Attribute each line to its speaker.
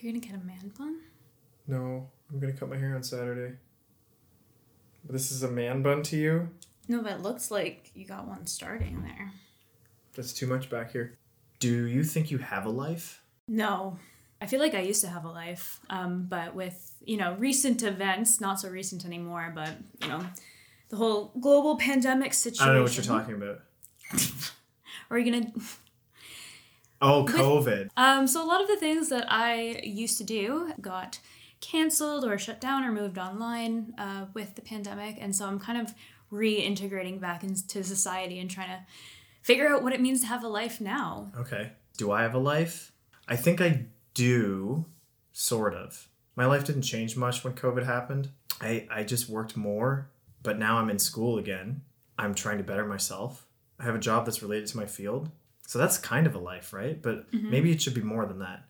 Speaker 1: You're gonna get a man bun?
Speaker 2: No, I'm gonna cut my hair on Saturday. This is a man bun to you?
Speaker 1: No, but it looks like you got one starting there.
Speaker 2: That's too much back here.
Speaker 3: Do you think you have a life?
Speaker 1: No. I feel like I used to have a life, um, but with, you know, recent events, not so recent anymore, but, you know, the whole global pandemic situation.
Speaker 3: I don't know what you're talking about.
Speaker 1: Are you going to
Speaker 3: Oh, COVID.
Speaker 1: Um, so a lot of the things that I used to do got canceled or shut down or moved online uh, with the pandemic, and so I'm kind of reintegrating back into society and trying to figure out what it means to have a life now.
Speaker 3: Okay. Do I have a life? I think I do, sort of. My life didn't change much when COVID happened. I, I just worked more, but now I'm in school again. I'm trying to better myself. I have a job that's related to my field. So that's kind of a life, right? But maybe it should be more than that.